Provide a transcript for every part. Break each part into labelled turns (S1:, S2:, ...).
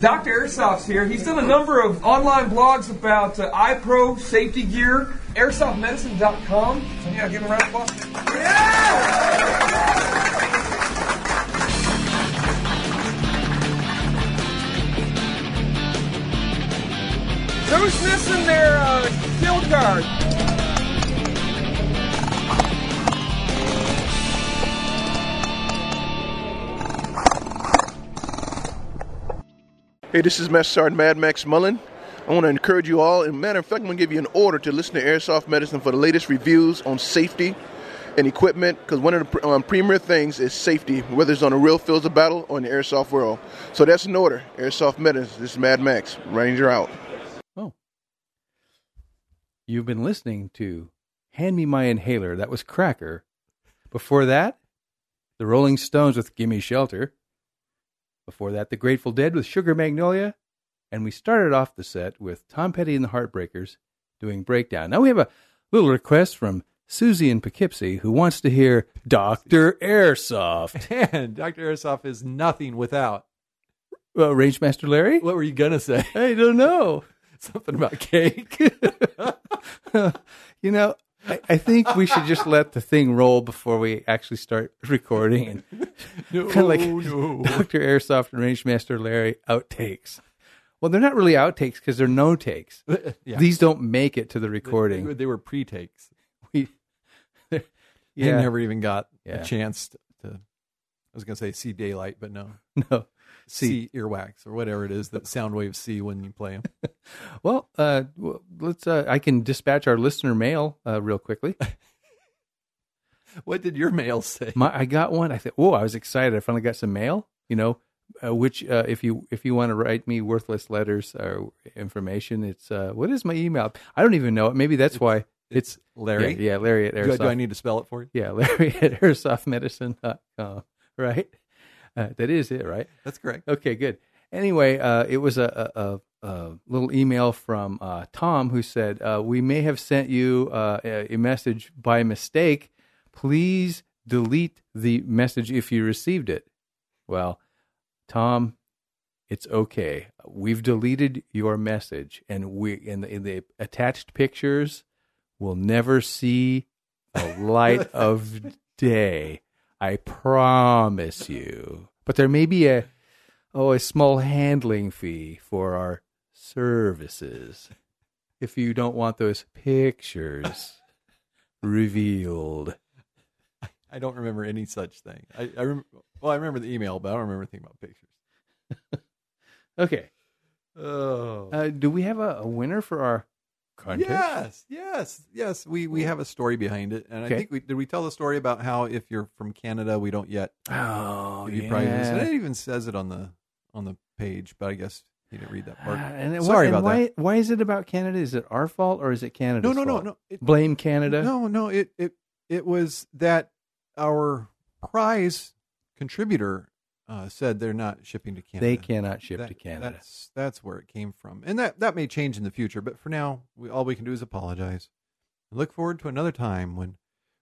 S1: Dr. Airsoft's here. He's done a number of online blogs about uh, iPro safety gear, airsoftmedicine.com. So, yeah, give him a round of applause. Yeah! Who's missing their uh, field guard?
S2: Hey, this is Master Sergeant Mad Max Mullen. I want to encourage you all. And matter of fact, I'm going to give you an order to listen to Airsoft Medicine for the latest reviews on safety and equipment. Because one of the pr- um, premier things is safety, whether it's on the real fields of battle or in the airsoft world. So that's an order. Airsoft Medicine. This is Mad Max. Ranger out.
S3: Oh. You've been listening to Hand Me My Inhaler. That was Cracker. Before that, The Rolling Stones with Gimme Shelter. Before that, The Grateful Dead with Sugar Magnolia. And we started off the set with Tom Petty and the Heartbreakers doing Breakdown. Now we have a little request from Susie in Poughkeepsie who wants to hear Dr. Airsoft.
S4: And Dr. Airsoft is nothing without.
S3: Uh, Rangemaster Larry?
S4: What were you going to say?
S3: I don't know.
S4: Something about cake?
S3: you know, I, I think we should just let the thing roll before we actually start recording and
S4: No,
S3: kind of like
S4: no.
S3: Dr. Airsoft and Rangemaster Larry outtakes. Well, they're not really outtakes because they're no takes.
S4: Yeah.
S3: These don't make it to the
S4: They, were-
S3: recording.
S4: they were pre-takes.
S3: We, yeah,
S4: They never even got
S3: Yeah.
S4: a chance to, to- I was going to say see daylight, but no.
S3: no.
S4: See. earwax or whatever it is that sound waves see when you play them.
S3: Well, uh, well, let's. Uh, I can dispatch our listener mail uh, real quickly.
S4: what did your mail say?
S3: My, I got one. I thought, whoa, I was excited. I finally got some mail. You know, uh, which uh, if you if you want to write me worthless letters or information, it's uh, what is my email? I don't even know it. Maybe that's why it's,
S4: Larry.
S3: Yeah, yeah, Larry at
S4: Do I-
S3: Airsoft.
S4: Do, I need to spell it for you?
S3: Yeah, Larry at airsoftmedicine.com. Right? Uh, that is it, right?
S4: That's correct.
S3: Okay, good. Anyway, uh, it was a, a, a, a little email from uh, Tom who said, uh, We may have sent you uh, a, a message by mistake. Please delete the message if you received it. Well, Tom, it's okay. We've deleted your message, and we in the, in the attached pictures will never see the light of day. I promise you. But there may be a oh a small handling fee for our services if you don't want those pictures revealed.
S4: I don't remember any such thing. I, I rem- well, I remember the email, but I don't remember anything about pictures.
S3: Okay.
S4: Oh.
S3: Uh, do we have a, a winner for our contest?
S4: Yes, yes, yes. We we have a story behind it, and
S3: Okay.
S4: I think we did. We tell the story about how if you're from Canada, we don't yet
S3: Oh,
S4: give you
S3: yeah.
S4: prizes. And it even says it on the on the page, but I guess you didn't read that
S3: Ah,
S4: part.
S3: and it-
S4: Sorry
S3: and
S4: about
S3: why,
S4: that.
S3: Why is it about Canada? Is it our fault or is it Canada's
S4: No, no, no,
S3: fault?
S4: no. It,
S3: Blame Canada.
S4: No, no, it it it was that our prize contributor uh, said they're not shipping to Canada.
S3: They cannot ship
S4: That-
S3: to Canada.
S4: That's that's where it came from, and that that may change in the future. But for now, we, all we can do is apologize. Look forward to another time when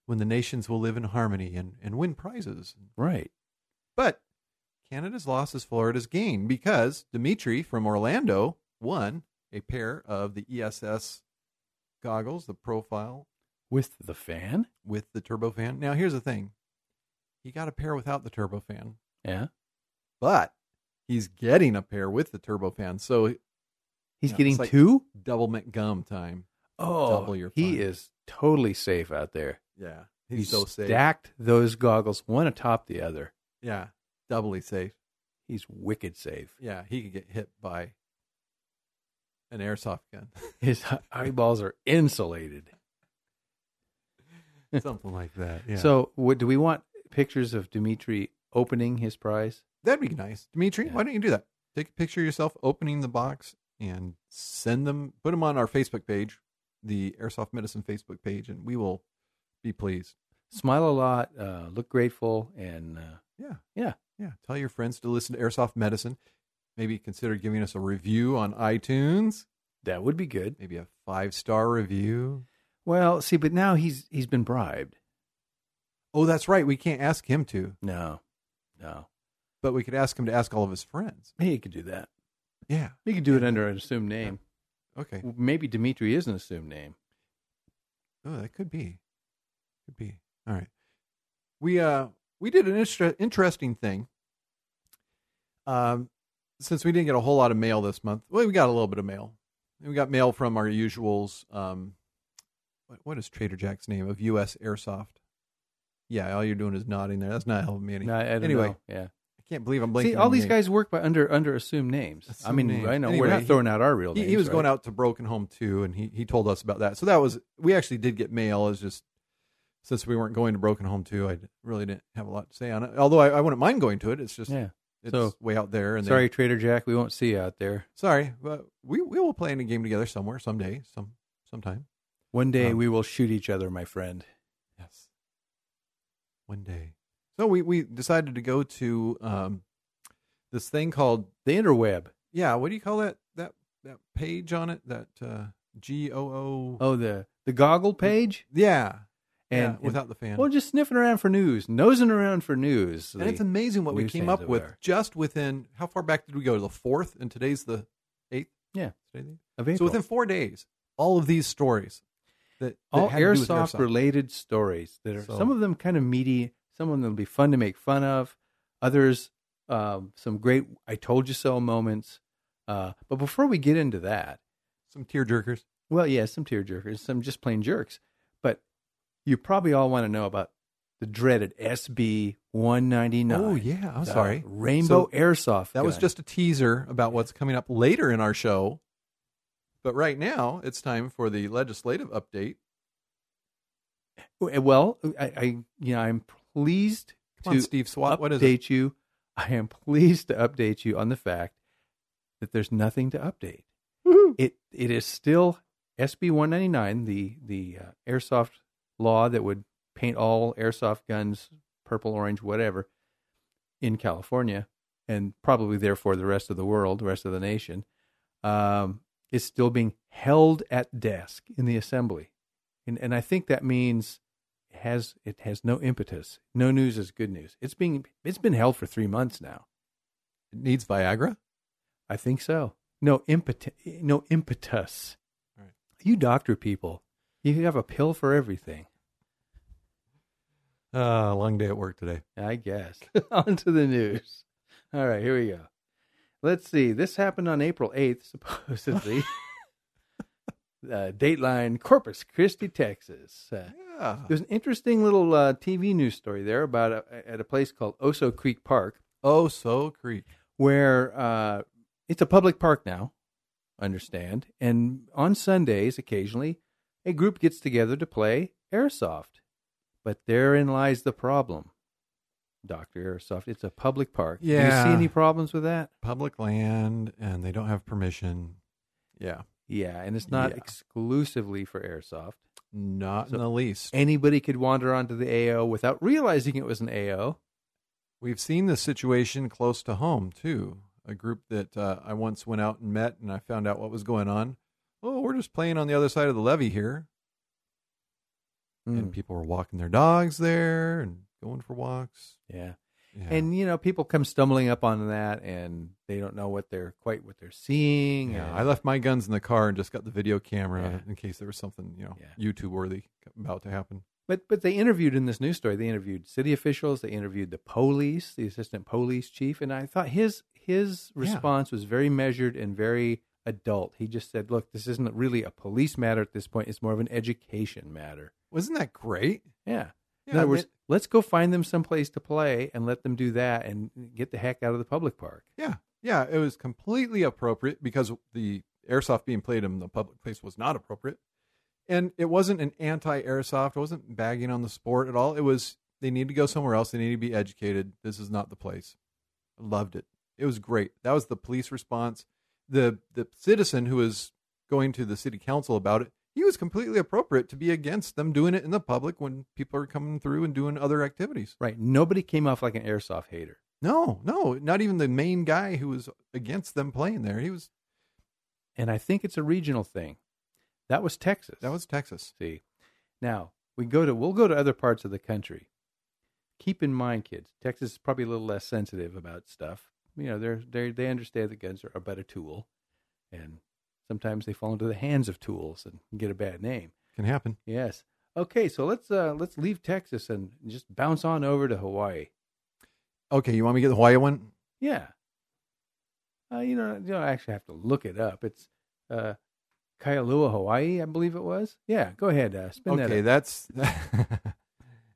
S4: when the nations will live in harmony and and win prizes.
S3: Right.
S4: But Canada's loss is Florida's gain because Dimitri from Orlando won a pair of the ESS goggles, the profile
S3: With the fan?
S4: with the turbofan. Now, here's the thing: he got a pair without the turbofan,
S3: Yeah.
S4: but he's getting a pair with the turbofan, so
S3: He's
S4: No,
S3: getting
S4: it's like-
S3: two?
S4: double McGum time.
S3: Oh,
S4: double your
S3: he
S4: fine.
S3: is totally safe out there.
S4: Yeah,
S3: He
S4: he's so safe.
S3: stacked those goggles one atop the other.
S4: Yeah, doubly safe.
S3: He's wicked safe.
S4: Yeah, he could get hit by an airsoft gun,
S3: His eyeballs are insulated.
S4: something like that. Yeah, so
S3: So, what do we want pictures of Dimitri opening his prize?
S4: that'd be nice, Dimitri.
S3: Yeah.
S4: Why don't you do that? Take a picture of yourself opening the box and send them. Put them on our Facebook page, the Airsoft Medicine Facebook page, and we will be pleased.
S3: Smile a lot, uh, look grateful, and uh,
S4: Yeah.
S3: Yeah.
S4: Yeah. Tell your friends to listen to Airsoft Medicine. Maybe consider giving us a review on iTunes,
S3: that would be good.
S4: maybe a five star review.
S3: Well, see, but now he's he's been bribed.
S4: Oh, that's right. We can't ask him to,
S3: No, no.
S4: but we could ask him to ask all of his friends.
S3: He could do that.
S4: Yeah.
S3: You can do it under an assumed name.
S4: Okay.
S3: Maybe Dimitri is an assumed name.
S4: Oh, that could be. Could be. All right. We uh we did an inter- interesting thing. Um since we didn't get a whole lot of mail this month. Well, we got a little bit of mail. And We got mail from our usuals um what, what is Trader Jack's name of US Airsoft? Yeah, all you're doing is nodding there. That's not helping me any.
S3: No, I don't
S4: anyway,
S3: know. yeah.
S4: I can't believe I'm blinking.
S3: See, all
S4: on
S3: these
S4: names.
S3: guys work by under under assumed names. I
S4: Assumed
S3: mean,
S4: names.
S3: I know
S4: Anyway,
S3: we're not
S4: he-
S3: throwing out our real
S4: he,
S3: names.
S4: he was going
S3: right?
S4: out to Broken Home too, and he, he told us about that. So that was we actually did get mail. It's just since we weren't going to Broken Home too, I d- really didn't have a lot to say on it. Although I, I wouldn't mind going to it. It's just
S3: Yeah.
S4: it's
S3: So-
S4: way out there. And they-
S3: Sorry, Trader Jack. We won't see you out there.
S4: sorry, but we we will play in a game together somewhere someday, some sometime.
S3: One day
S4: Um,
S3: we will shoot each other, my friend.
S4: Yes, one day. So we we decided to go to um this thing called
S3: The interweb.
S4: yeah. What do you call that that that page on it that uh, G O O
S3: Oh, the the goggle page.
S4: yeah.
S3: And
S4: yeah, without the fan.
S3: well, just sniffing around for news, nosing around for news.
S4: And it's amazing what we
S3: news
S4: came
S3: stands
S4: up with
S3: everywhere.
S4: just within how far back did we go? The fourth, and today's the eighth.
S3: Yeah.
S4: Today the
S3: Of
S4: eighth? So
S3: April.
S4: within four days, all of these stories that, that
S3: all
S4: had to do with
S3: airsoft, related stories that are
S4: So-
S3: some of them kind of meaty, some of them will be fun to make fun of, others um, some great "I told you so" moments. Uh, but before we get into that,
S4: some tear jerkers.
S3: Well, yeah, some tearjerkers, some just plain jerks. But you probably all want to know about the dreaded SB 199.
S4: Oh yeah, I'm
S3: the
S4: sorry.
S3: Rainbow
S4: So
S3: Airsoft.
S4: That was
S3: gun.
S4: just a teaser about what's coming up later in our show. But right now, it's time for the legislative update.
S3: Uh, well. I, I you know I'm pleased
S4: Come on,
S3: to
S4: Steve Swat,
S3: update
S4: what is it?
S3: you. I am pleased to update you on the fact that there's nothing to update. It it is still SB 199, the the uh, airsoft law that would paint all airsoft guns purple, orange, whatever, in California, and probably therefore the rest of the world, the rest of the nation, um, is still being held at desk in the assembly, and and I think that means it has it has no impetus. No news is good news. It's being it's been held for three months now.
S4: It needs Viagra.
S3: I think so. No impet no impetus.
S4: Right.
S3: You doctor people, you have a pill for everything.
S4: Uh, long day at work today.
S3: I guess. on to the news. All right, here we go. Let's see. This happened on April 8th, supposedly. uh, Dateline, Corpus Christi, Texas. Uh,
S4: Yeah.
S3: there's an interesting little uh, TV news story there about a, at a place called Oso Creek Park.
S4: Oh, so creep.
S3: where uh, it's a public park now, understand. And on Sundays, occasionally, a group gets together to play airsoft. But therein lies the problem, Dr. Airsoft. It's a public park. Do you
S4: Yeah.
S3: see any problems with that?
S4: Public land, and they don't have permission. Yeah.
S3: Yeah, and it's not
S4: Yeah.
S3: exclusively for airsoft.
S4: Not
S3: So-
S4: in the least.
S3: Anybody could wander onto the AO without realizing it was an AO.
S4: We've seen this situation close to home, too. A group that uh, I once went out and met, and I found out what was going on. Oh, we're just playing on the other side of the levee here.
S3: Mm,
S4: And people were walking their dogs there and going for walks.
S3: yeah.
S4: Yeah.
S3: And you know, people come stumbling up on that, and they don't know what they're quite what they're seeing.
S4: yeah,
S3: and-
S4: I left my guns in the car and just got the video camera
S3: Yeah.
S4: in case there was something, you know,
S3: Yeah.
S4: YouTube worthy about to happen.
S3: But but they interviewed in this news story. They interviewed city officials. They interviewed the police, the assistant police chief, and I thought his his
S4: Yeah.
S3: response was very measured and very adult. He just said, "Look, this isn't really a police matter at this point. It's more of an education matter."
S4: Wasn't that great?
S3: Yeah.
S4: Yeah,
S3: In
S4: I
S3: other words,
S4: mean-
S3: let's go find them someplace to play and let them do that and get the heck out of the public park.
S4: Yeah, yeah, it was completely appropriate because the airsoft being played in the public place was not appropriate, and it wasn't an anti-airsoft. It wasn't bagging on the sport at all. It was they need to go somewhere else. They need to be educated. This is not the place. I loved it. It was great. That was the police response. the The citizen who was going to the city council about it, he was completely appropriate to be against them doing it in the public when people are coming through and doing other activities.
S3: Right. Nobody came off like an airsoft hater.
S4: No, no, not even the main guy who was against them playing there. He was
S3: And I think it's a regional thing. That was Texas.
S4: That was Texas.
S3: See, now we go to we'll go to other parts of the country. Keep in mind, kids, Texas is probably a little less sensitive about stuff, you know they're they they understand that guns are a better tool, and sometimes they fall into the hands of tools and get a bad name.
S4: Can happen.
S3: Yes. Okay, so let's uh, let's leave Texas and just bounce on over to Hawaii.
S4: Okay, you want me to get the Hawaii one?
S3: Yeah. Uh, you know, you don't actually have to look it up. It's uh, Kailua, Hawaii, I believe it was. Yeah, go ahead. Uh, spin
S4: okay,
S3: that.
S4: that's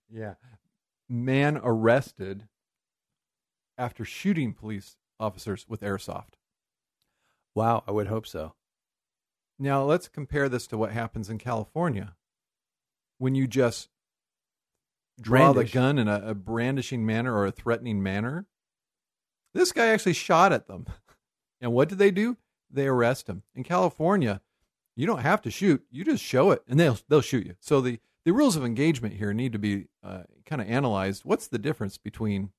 S4: yeah. Man arrested after shooting police officers with airsoft.
S3: wow, I would hope so.
S4: Now let's compare this to what happens in California when you just draw
S3: Brandish.
S4: the gun in a, a brandishing manner or a threatening manner. This guy actually shot at them. And what did they do? They arrest him. In California, you don't have to shoot. You just show it and they'll they'll shoot you. So the the rules of engagement here need to be uh, kind of analyzed. What's the difference between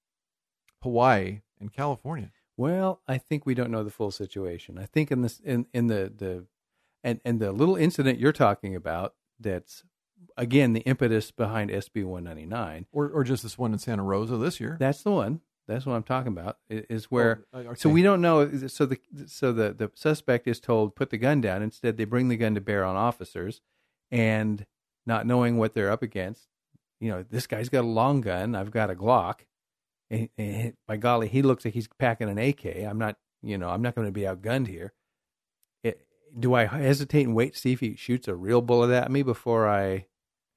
S4: Hawaii and California?
S3: Well, I think we don't know the full situation. I think in this in in the the and and the little incident you're talking about that's again the impetus behind SB 199.
S4: Or or just this one in Santa Rosa this year?
S3: That's the one. That's what I'm talking about. i- Is where
S4: Oh, uh,
S3: so
S4: okay.
S3: we don't know. is it- So the so the the suspect is told put the gun down. Instead, they bring the gun to bear on officers, and not knowing what they're up against, you know, this guy's got a long gun. I've got a Glock. And, and by golly, he looks like he's packing an AK. I'm not, you know, I'm not going to be outgunned here. It, do I hesitate and wait to see if he shoots a real bullet at me before I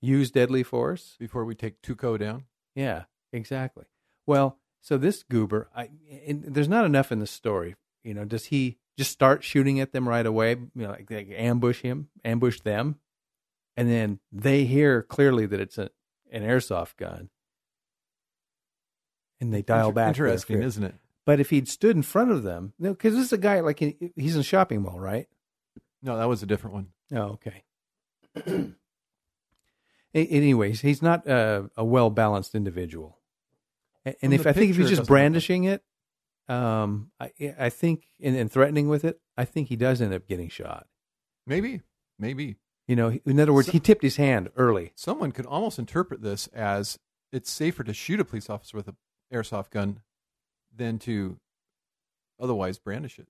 S3: use deadly force?
S4: before we take Tuco down.
S3: Yeah, exactly. Well, so this goober, I and there's not enough in the story. You know, does he just start shooting at them right away? You know, like, like ambush him, ambush them, and then they hear clearly that it's a, an airsoft gun, and they dial
S4: Inter-
S3: back. their
S4: Interesting,
S3: fear.
S4: isn't it?
S3: But if he'd stood in front of them, no, because this is a guy like he- he's in a shopping mall, right?
S4: No, that was a different one.
S3: Oh, okay. A- Anyways, he's not uh, a well balanced individual, A-
S4: From
S3: and if
S4: the
S3: I think if
S4: picture,
S3: he's
S4: it doesn't
S3: just
S4: look like-
S3: brandishing it, um, I I think and, and threatening with it, I think he does end up getting shot.
S4: Maybe, maybe
S3: You know, in other words,
S4: So-
S3: he tipped his hand early.
S4: someone could almost interpret this as it's safer to shoot a police officer with an airsoft gun than to otherwise brandish it.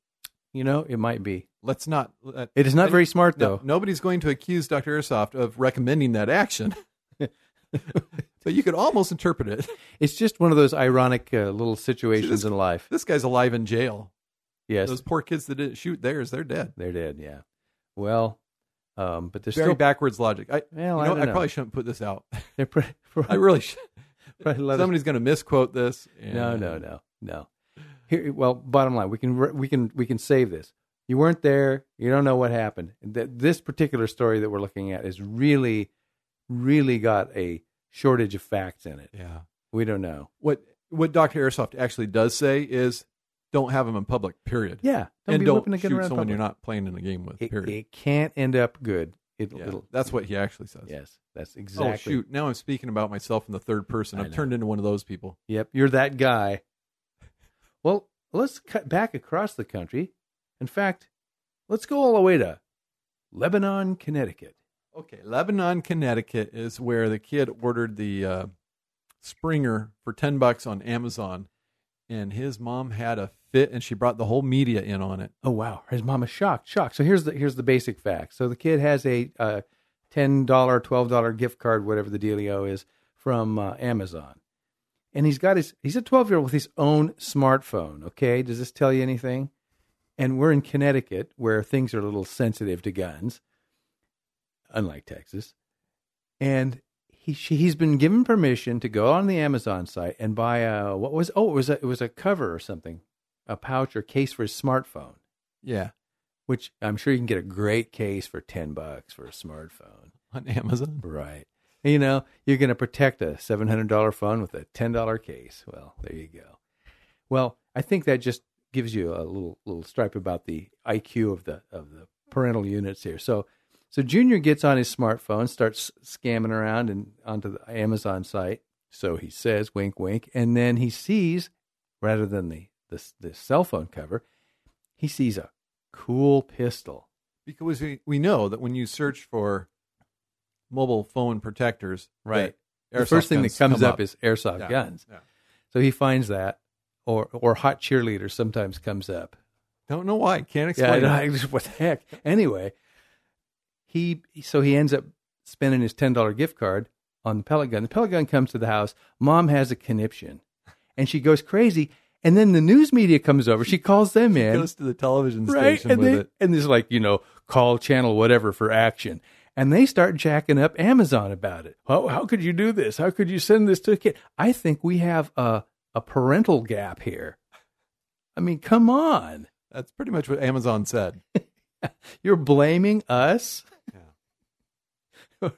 S3: You know, it might be.
S4: Let's not. Let,
S3: It is not very smart
S4: no-
S3: though.
S4: nobody's going to accuse Dr. Airsoft of recommending that action, but you could almost interpret it.
S3: It's just one of those ironic uh, little
S4: this-
S3: situations in life.
S4: This guy's alive in jail.
S3: Yes,
S4: Those poor kids that didn't shoot theirs, they're dead.
S3: they're dead. Yeah. Well, um, but they're
S4: Very
S3: still
S4: backwards logic. I, you
S3: Well, I
S4: know,
S3: don't
S4: I
S3: know.
S4: probably shouldn't put this out.
S3: They're pretty,
S4: I really should.
S3: probably let us
S4: Somebody's going to misquote this.
S3: No,
S4: and-
S3: no, no, no. Here, well, bottom line, we can re- we can we can save this. You weren't there. You don't know what happened. Th- this particular story that we're looking at is really, really got a shortage of facts in it.
S4: Yeah.
S3: We don't know.
S4: What what Dr. Airsoft actually does say is don't have them in public, period.
S3: Yeah, don't
S4: and
S3: be
S4: don't
S3: whipping a
S4: shoot
S3: gun around
S4: someone
S3: public.
S4: you're not playing in a game with,
S3: It,
S4: period.
S3: it can't end up good. It,
S4: Yeah,
S3: will
S4: That's what he actually says.
S3: Yes, that's exactly.
S4: Oh, shoot. Now I'm speaking about myself in the third person.
S3: I
S4: I've
S3: know.
S4: turned into one of those people.
S3: Yep, you're that guy. Well, let's cut back across the country. In fact, let's go all the way to Lebanon, Connecticut.
S4: Okay. Lebanon, Connecticut is where the kid ordered the uh, Springer for 10 bucks on Amazon, and his mom had a fit, and she brought the whole media in on it.
S3: Oh wow, his mom is shocked. Shocked. So here's the here's the basic facts. So the kid has a uh, ten dollar, twelve dollar gift card, whatever the dealio is, from uh, Amazon, and he's got his he's a twelve year old with his own smartphone. Okay, does this tell you anything? And we're in Connecticut, where things are a little sensitive to guns, unlike Texas. And he she, he's been given permission to go on the Amazon site and buy a what was oh it was a, it was a cover or something, a pouch or case for his smartphone
S4: Yeah.
S3: which I'm sure you can get a great case for 10 bucks for a smartphone.
S4: On Amazon.
S3: Right. You know, you're going to protect a $700 phone with a $10 case. Well, there you go. Well, I think that just gives you a little little stripe about the IQ of the of the parental units here. So so Junior gets on his smartphone, starts scamming around and onto the Amazon site. So he says, wink, wink, and then he sees, rather than the the, the cell phone cover, he sees a cool pistol.
S4: because we, we know that when you search for mobile phone protectors,
S3: Right.
S4: that
S3: the first
S4: airsoft
S3: thing that
S4: guns
S3: comes
S4: come
S3: up, is airsoft
S4: Yeah,
S3: guns.
S4: yeah.
S3: So he finds that. or or hot cheerleader sometimes comes up.
S4: Don't know why. Can't
S3: Yeah, I
S4: explain.
S3: know,
S4: it.
S3: I just- what the heck. Anyway, he so he ends up spending his ten dollar gift card on the pellet gun. The pellet gun comes to the house. Mom has a conniption, and she goes crazy. And then the news media comes over. She calls them in,
S4: Goes to the television
S3: right?
S4: station
S3: And
S4: with
S3: they
S4: it.
S3: and there's like you know call channel whatever for action. And they start jacking up Amazon about it. How, how could you do this? How could you send this to a kid? I think we have a, a parental gap here. I mean, come on.
S4: That's pretty much what Amazon said.
S3: You're blaming us.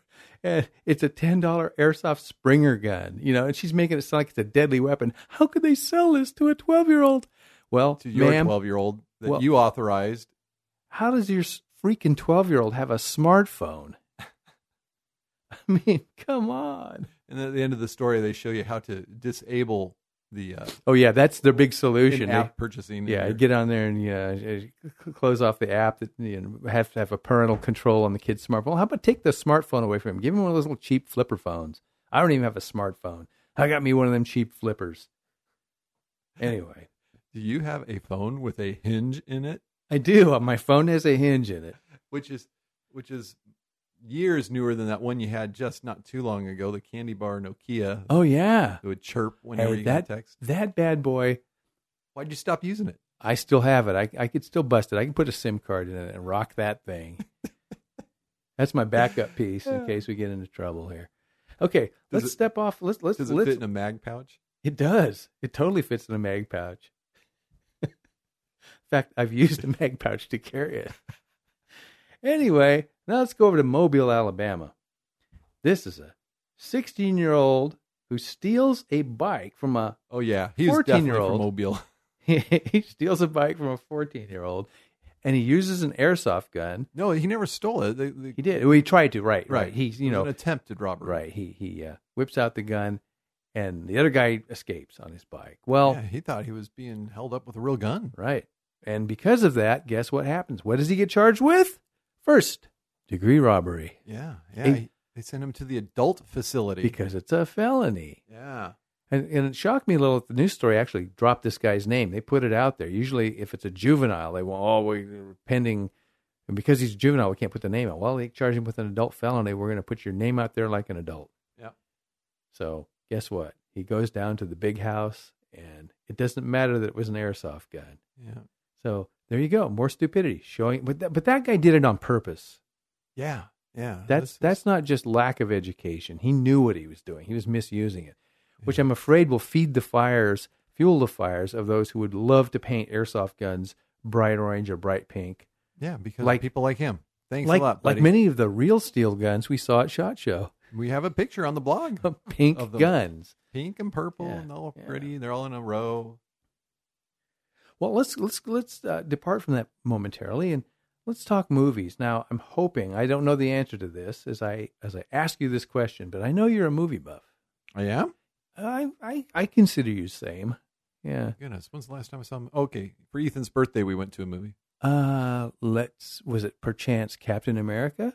S3: and it's a ten dollar airsoft Springer gun, you know, and she's making it sound like it's a deadly weapon. How could they sell this to a twelve year old? Well,
S4: To your
S3: ma'am,
S4: 12 year old that
S3: Well-
S4: you authorized.
S3: how does your s- freaking twelve year old have a smartphone? I mean, come on.
S4: And then at the end of the story, they show you how to disable the uh,
S3: Oh yeah, that's their big solution. They-
S4: app purchasing.
S3: yeah,
S4: Your-
S3: get on there and uh, uh, close off the app that you know, have to have a parental control on the kid's smartphone. Well, how about take the smartphone away from him? Give him one of those little cheap flipper phones. I don't even have a smartphone. I got me one of them cheap flippers. Anyway,
S4: Do you have a phone with a hinge in it,
S3: I do. My phone has a hinge in it.
S4: which is which is years newer than that one you had just not too long ago? The candy bar Nokia
S3: Oh yeah,
S4: that would chirp whenever
S3: Hey,
S4: you
S3: that
S4: got text.
S3: that bad boy.
S4: Why'd you stop using it?
S3: I still have it. I I could still bust it. I can put a SIM card in it and rock that thing. That's my backup piece in case we get into trouble here. Okay, let's
S4: it-
S3: step off. Let's let's
S4: Does it
S3: let's
S4: fit in a mag pouch?
S3: It does. It totally fits in a mag pouch. in fact, I've used a mag pouch to carry it. Anyway, now let's go over to Mobile, Alabama. This is a 16 year old who steals a bike from a
S4: Oh yeah, he's
S3: 14
S4: definitely
S3: year
S4: from
S3: old.
S4: Mobile.
S3: he steals a bike from a 14 year old and he uses an airsoft gun.
S4: No, he never stole it. They, they,
S3: He did. Well, he tried to, right? Right.
S4: right.
S3: He's you
S4: It was
S3: know
S4: an attempted robbery.
S3: right. He he uh, whips out the gun, and the other guy escapes on his bike. Well,
S4: Yeah, he thought he was being held up with a real gun.
S3: Right. And because of that, guess what happens? What does he get charged with? First degree robbery
S4: Yeah, yeah.
S3: And-
S4: he- they sent him to the adult facility.
S3: because it's a felony.
S4: yeah,
S3: And, and it shocked me a little. that The news story actually dropped this guy's name. They put it out there. Usually, if it's a juvenile, they will oh, we're pending. And because he's a juvenile, we can't put the name out. Well, they charge him with an adult felony. We're going to put your name out there like an adult.
S4: Yeah.
S3: So, guess what? He goes down to the big house, and it doesn't matter that it was an airsoft gun.
S4: yeah,
S3: So there you go, more stupidity showing. But that, but that guy did it on purpose.
S4: yeah, yeah.
S3: That's
S4: This-
S3: that's not just lack of education. He knew what he was doing. He was misusing it, which I'm afraid will feed the fires, fuel the fires of those who would love to paint airsoft guns bright orange or bright pink,
S4: yeah, because
S3: like-
S4: people like him. Thanks
S3: like
S4: a lot, buddy.
S3: like many of the real steel guns we saw at Shot Show.
S4: We have a picture on the blog.
S3: pink
S4: Of them.
S3: guns.
S4: Pink and purple,
S3: Yeah,
S4: and all
S3: yeah.
S4: pretty. They're all in a row.
S3: Well, let's let's let's uh, depart from that momentarily and let's talk movies. Now, I'm hoping I don't know the answer to this as I as I ask you this question, but I know you're a movie buff.
S4: I am.
S3: I I, I consider you same. Yeah.
S4: Goodness, when's the last time I saw him? Okay, for Ethan's birthday, we went to a movie.
S3: Uh, let's was it perchance Captain America,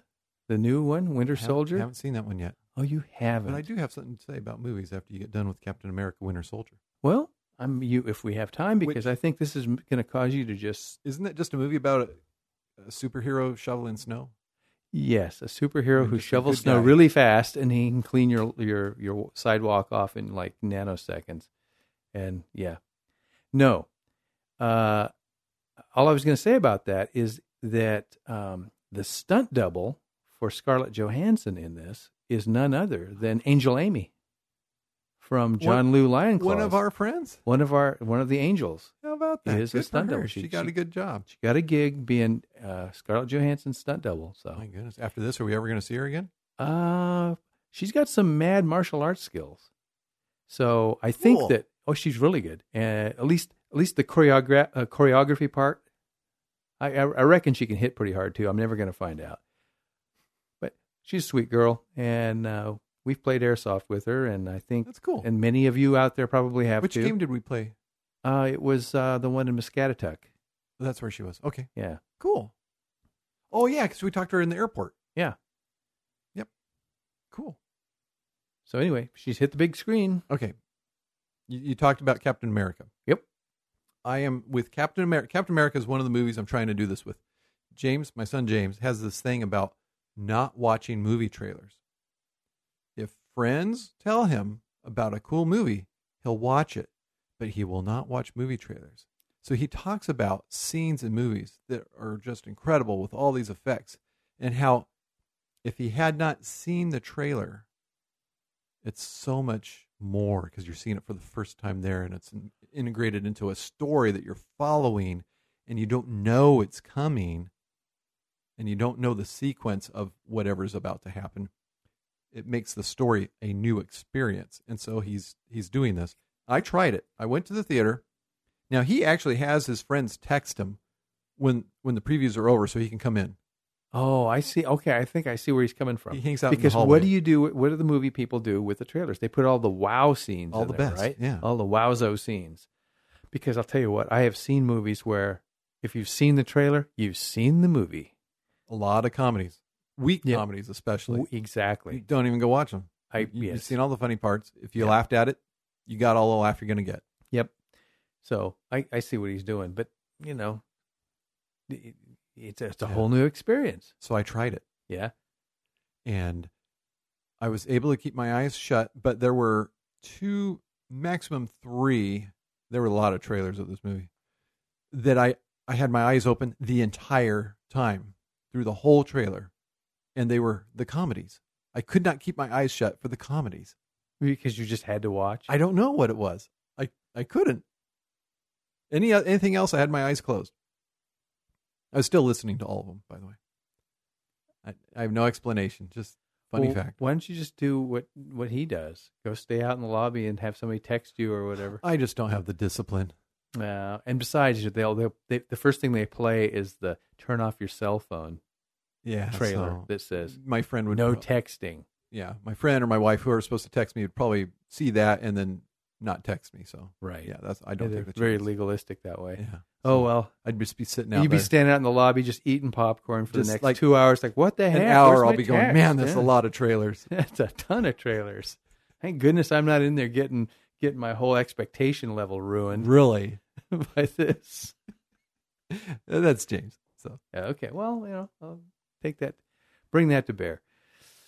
S3: the new one, Winter
S4: Haven't-
S3: Soldier?
S4: Haven't seen that one yet,
S3: oh, you haven't.
S4: but I do have something to say about movies after you get done with Captain America: Winter Soldier.
S3: Well, I'm you if we have time because
S4: Which-
S3: I think this is going to cause you to just
S4: Isn't that just a movie about a, a superhero shoveling snow?
S3: yes, a superhero
S4: I'm
S3: who
S4: just a
S3: shovels
S4: good
S3: snow
S4: guy.
S3: really fast and he can clean your your your sidewalk off in like nanoseconds. And yeah. No. Uh all I was going to say about that is that um, the stunt double for Scarlett Johansson in this is none other than Angel Amy from John
S4: One-
S3: Liu Lion
S4: One of our friends.
S3: one of our one of the angels.
S4: How about
S3: It
S4: that?
S3: is a
S4: Good for
S3: stunt
S4: her.
S3: double.
S4: She,
S3: She-
S4: got
S3: she-
S4: a good job.
S3: She got a gig being uh, Scarlett Johansson's stunt double. So
S4: Oh, My goodness. After this, are we ever going to see her again?
S3: Uh, she's got some mad martial arts skills. So I think
S4: Cool.
S3: that oh, she's really good. And at least at least the choreogra- uh, choreography part, I, I I reckon she can hit pretty hard too. I'm never going to find out, but she's a sweet girl, and uh, we've played airsoft with her, and I think
S4: That's cool.
S3: And many of you out there probably have
S4: Which
S3: too.
S4: game did we play?
S3: uh, it was uh, the one in Muscatatuck.
S4: That's where she was. Okay,
S3: Yeah,
S4: cool. Oh yeah, because we talked to her in the airport.
S3: yeah.
S4: Cool.
S3: So anyway, she's hit the big screen.
S4: Okay, You, you talked about Captain America.
S3: Yep.
S4: I am with Captain America. Captain America is one of the movies I'm trying to do this with. James, my son James, has this thing about not watching movie trailers. If friends tell him about a cool movie, he'll watch it, but he will not watch movie trailers. So he talks about scenes in movies that are just incredible with all these effects and how if he had not seen the trailer, it's so much more because you're seeing it for the first time there and it's in- integrated into a story that you're following and you don't know it's coming and you don't know the sequence of whatever's about to happen it makes the story a new experience and so he's he's doing this i tried it i went to the theater now he actually has his friends text him when when the previews are over so he can come in
S3: Oh, I see. Okay, I think I see where he's coming from.
S4: He hangs out in the
S3: because
S4: hallway.
S3: what do you do? What do the movie people do with the trailers? They put all the wow scenes,
S4: All
S3: in
S4: the
S3: there,
S4: best,
S3: right?
S4: yeah.
S3: all the wowzo scenes. Because I'll tell you what, I have seen movies where if you've seen the trailer, you've seen the movie.
S4: a lot of comedies weak
S3: Yeah.
S4: comedies especially you
S3: Exactly.
S4: don't even go watch them
S3: I
S4: you,
S3: yes.
S4: have seen all the funny parts if you
S3: Yeah.
S4: laughed at it you got all the laugh you're going to get
S3: Yep. So I, I see what he's doing, but you know, it, it's it's a
S4: Yeah.
S3: whole new experience.
S4: so i tried it
S3: Yeah.
S4: and I was able to keep my eyes shut, but there were two, maximum three, there were a lot of trailers of this movie that I, I had my eyes open the entire time through the whole trailer. And they were the comedies. I could not keep my eyes shut for the comedies.
S3: Because you just had to watch.
S4: I don't know what it was. I, I couldn't. Any anything else? I had my eyes closed. I was still listening to all of them, by the way. I, I have no explanation. Just funny
S3: Well,
S4: fact.
S3: Why don't you just do what what he does? Go stay out in the lobby and have somebody text you or whatever.
S4: I just don't have the discipline.
S3: Uh, and besides, they'll, they'll they, the first thing they play is the turn off your cell phone
S4: Yeah,
S3: trailer
S4: so
S3: that says
S4: my friend would
S3: no
S4: prob-
S3: texting.
S4: Yeah, my friend or my wife who are supposed to text me would probably see that and then not text me. So
S3: Right.
S4: yeah, that's I don't
S3: They're
S4: think that's
S3: very legalistic that way.
S4: Yeah.
S3: Oh
S4: So
S3: well,
S4: I'd just be sitting out
S3: you'd be
S4: there.
S3: standing out in the lobby just eating popcorn for
S4: Just
S3: the next
S4: like
S3: two hours. Like what the heck?
S4: an
S3: Where's
S4: hour. I'll
S3: my
S4: be going,
S3: text?"
S4: man, that's
S3: Yeah.
S4: a lot of trailers.
S3: That's a ton of trailers. Thank goodness I'm not in there getting getting my whole expectation level ruined
S4: Really,
S3: by this.
S4: that's James. So
S3: Okay, well, you know, I'll take that, bring that to bear.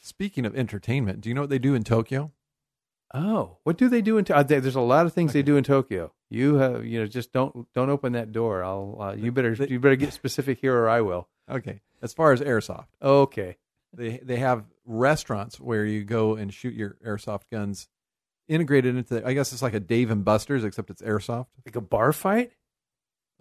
S4: speaking of entertainment, do you know what they do in Tokyo?
S3: Oh, what do they do in? To- uh, there- there's a lot of things they
S4: Okay.
S3: do in Tokyo. You have, you know, just don't don't open that door. I'll. Uh, you better
S4: They-
S3: you better get specific here, or I will.
S4: Okay, as far as airsoft,
S3: Okay.
S4: they they have restaurants where you go and shoot your airsoft guns integrated into. The, I guess it's like a Dave and Buster's except it's airsoft.
S3: Like a bar fight,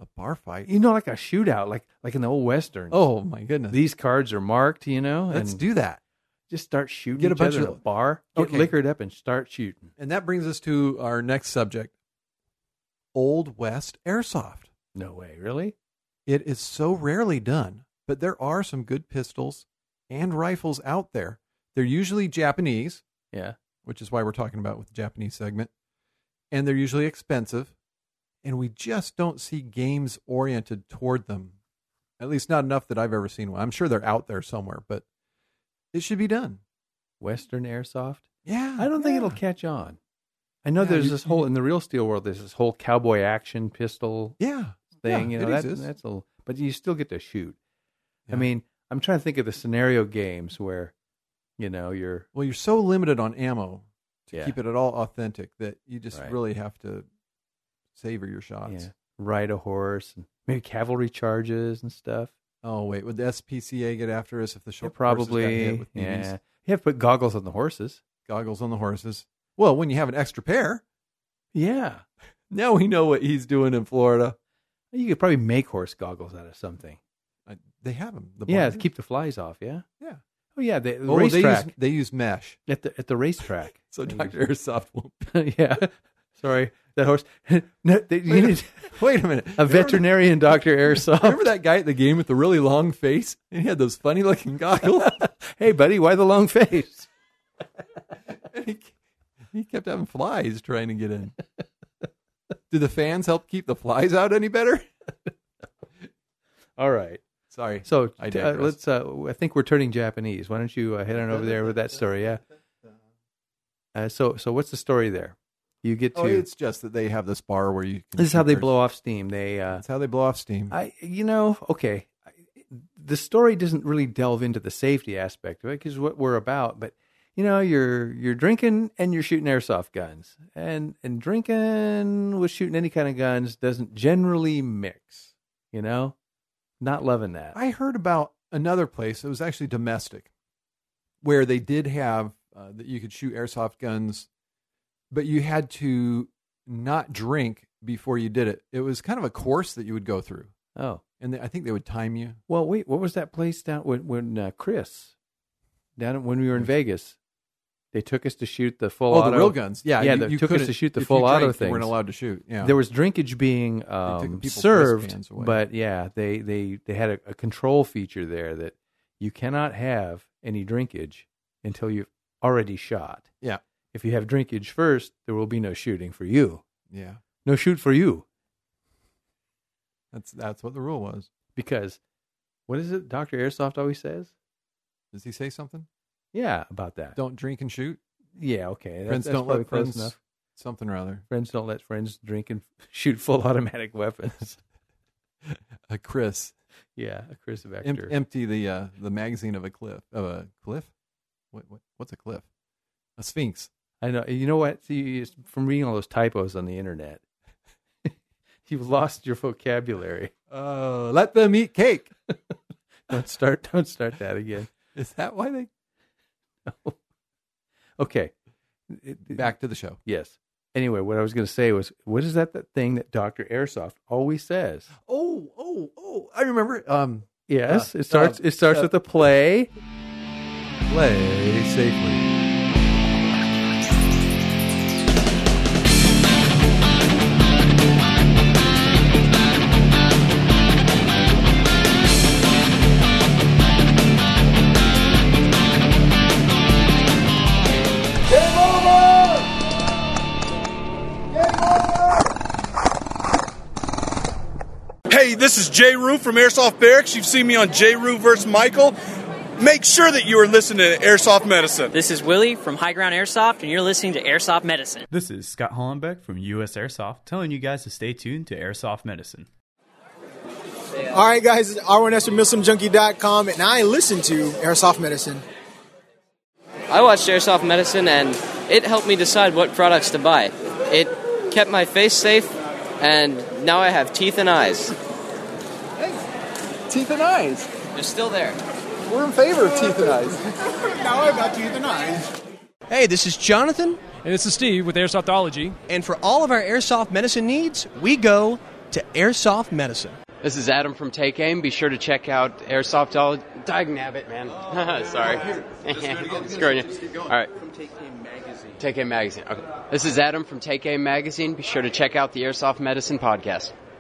S4: A bar fight.
S3: you know, like a shootout, like like in the old western.
S4: Oh my goodness.
S3: these cards are marked, you know,
S4: Let's
S3: and
S4: do that.
S3: just start shooting.
S4: Get a
S3: each
S4: bunch
S3: other
S4: of-
S3: in a bar, get
S4: Okay.
S3: liquored up, and start shooting.
S4: And that brings us to our next subject. Old West airsoft.
S3: No way, really?
S4: It is so rarely done, but there are some good pistols and rifles out there. They're usually Japanese,
S3: Yeah.
S4: which is why we're talking about with the Japanese segment. And they're usually expensive, and we just don't see games oriented toward them. At least not enough that I've ever seen one. I'm sure they're out there somewhere, but it should be done.
S3: Western airsoft.
S4: Yeah.
S3: I don't think it'll
S4: yeah.
S3: catch on. I know
S4: Yeah,
S3: there's
S4: you-
S3: this whole in the real steel world. There's this whole cowboy action pistol
S4: Yeah.
S3: thing.
S4: Yeah,
S3: you know,
S4: it
S3: that,
S4: exists.
S3: that's a little, but you still get to shoot.
S4: Yeah.
S3: I mean, I'm trying to think of the scenario games where, you know, you're
S4: Well, you're so limited on ammo to
S3: Yeah.
S4: keep it at all authentic that you just
S3: Right.
S4: really have to savor your shots.
S3: yeah, ride a horse and maybe cavalry charges and stuff.
S4: Oh wait, would the SPCA get after us if the short
S3: probably,
S4: horses got hit with BBs?
S3: yeah. You have to put goggles on the horses.
S4: goggles on the horses? Well, when you have an extra pair,
S3: Yeah,
S4: now we know what he's doing in Florida.
S3: you could probably make horse goggles out of something.
S4: I, Uh, they have them. The
S3: Yeah, to
S4: barn.
S3: keep the flies off. Yeah.
S4: yeah.
S3: Oh yeah, the
S4: Oh, they use
S3: racetrack
S4: they use mesh,
S3: at the at the racetrack.
S4: so
S3: They
S4: Doctor Airsoft won't.
S3: use- yeah. Sorry, that horse. no, they, you
S4: Wait a-
S3: need
S4: Wait a minute,
S3: a
S4: Remember-
S3: veterinarian, Doctor Airsoft.
S4: Remember that guy at the game with the really long face? And he had those funny looking goggles.
S3: hey, buddy, why the long face?
S4: And he, he kept having flies trying to get in. Do the fans help keep the flies out any better?
S3: All right.
S4: Sorry.
S3: So
S4: I
S3: uh,
S4: digress.
S3: let's. Uh, I think we're turning Japanese. Why don't you uh, head on over there with that story? Yeah. Uh, so so what's the story there? You get to.
S4: Oh, it's just that they have this bar where you. Can
S3: this is how they
S4: shoot
S3: blow off steam. They, uh,
S4: That's how they blow off steam.
S3: I, you know, okay. The story doesn't really delve into the safety aspect of it because what we're about, but you know, you're you're drinking and you're shooting airsoft guns, and and drinking with shooting any kind of guns doesn't generally mix. You know, not loving that.
S4: I heard about another place. It was actually domestic, where they did have uh, that you could shoot airsoft guns, but you had to not drink before you did it. It was kind of a course that you would go through,
S3: oh
S4: and they, I think they would time you.
S3: well, wait, what was that place down when when uh, Chris down at- when we were in Vegas? They took us to shoot the full
S4: oh,
S3: auto
S4: the real guns. Yeah,
S3: yeah.
S4: you-
S3: they
S4: you
S3: took us to
S4: couldn't-
S3: shoot the
S4: if you
S3: full auto
S4: drank, you
S3: thing.
S4: weren't allowed to shoot. Yeah,
S3: there was drinkage being
S4: the
S3: um,
S4: people's
S3: served,
S4: wristbands away.
S3: but yeah, they they they had a, a control feature there that you cannot have any drinkage until you've already shot.
S4: Yeah.
S3: If you have drinkage first, there will be no shooting for you.
S4: yeah.
S3: No shoot for you
S4: That's that's what the rule was.
S3: because what is it? Doctor Airsoft always says,
S4: Does he say something?
S3: yeah, about that.
S4: Don't drink and shoot.
S3: yeah, okay. that-
S4: Friends
S3: that's
S4: don't
S3: probably
S4: let
S3: close
S4: friends-
S3: enough.
S4: Something rather.
S3: Friends don't let friends drink and shoot full automatic weapons.
S4: A Uh, Chris
S3: yeah, a Chris Vector.
S4: Em- empty the uh, the magazine of a cliff of a cliff. What, what what's a cliff? A sphinx.
S3: I know. You know what? See, it's from reading all those typos on the internet, you've lost your vocabulary.
S4: Uh, let them eat cake.
S3: Don't start. Don't start that again.
S4: Is that why they?
S3: Okay. It- it-
S4: Back to the show.
S3: Yes. Anyway, what I was going to say was, what is that, that thing that Doctor Airsoft always says?
S4: Oh oh oh! I remember. Um,
S3: Yes,
S4: Uh,
S3: it starts.
S4: uh,
S3: it starts
S4: uh,
S3: with a play.
S4: play safely.
S1: Game over! Game over!
S5: Hey, this is Jay Rue from Airsoft Barracks. You've seen me on Jay Rue versus Michael. Make sure that you are listening to Airsoft Medicine.
S6: This is Willie from High Ground Airsoft, and you're listening to Airsoft Medicine.
S7: This is Scott Hollenbeck from US Airsoft telling you guys to stay tuned to Airsoft Medicine.
S8: All right, guys, it's R1S from MissoumJunkie.com, and I listen to Airsoft Medicine.
S9: I watched Airsoft Medicine and it helped me decide what products to buy. It kept my face safe and now I have teeth and eyes.
S8: Teeth and eyes.
S9: They're still there.
S8: We're in favor of teeth and eyes. now I got teeth and eyes.
S10: Hey, this is Jonathan,
S11: And this is Steve with Airsoftology.
S10: and for all of our airsoft medicine needs, we go to Airsoft Medicine.
S9: This is Adam from Take Aim. Be sure to check out Airsoft All Diagnab it, man. Sorry. Screw you. All right. From Take Aim Magazine. Take Aim Magazine. Okay. This is Adam from Take Aim Magazine. Be sure to check out the Airsoft Medicine podcast.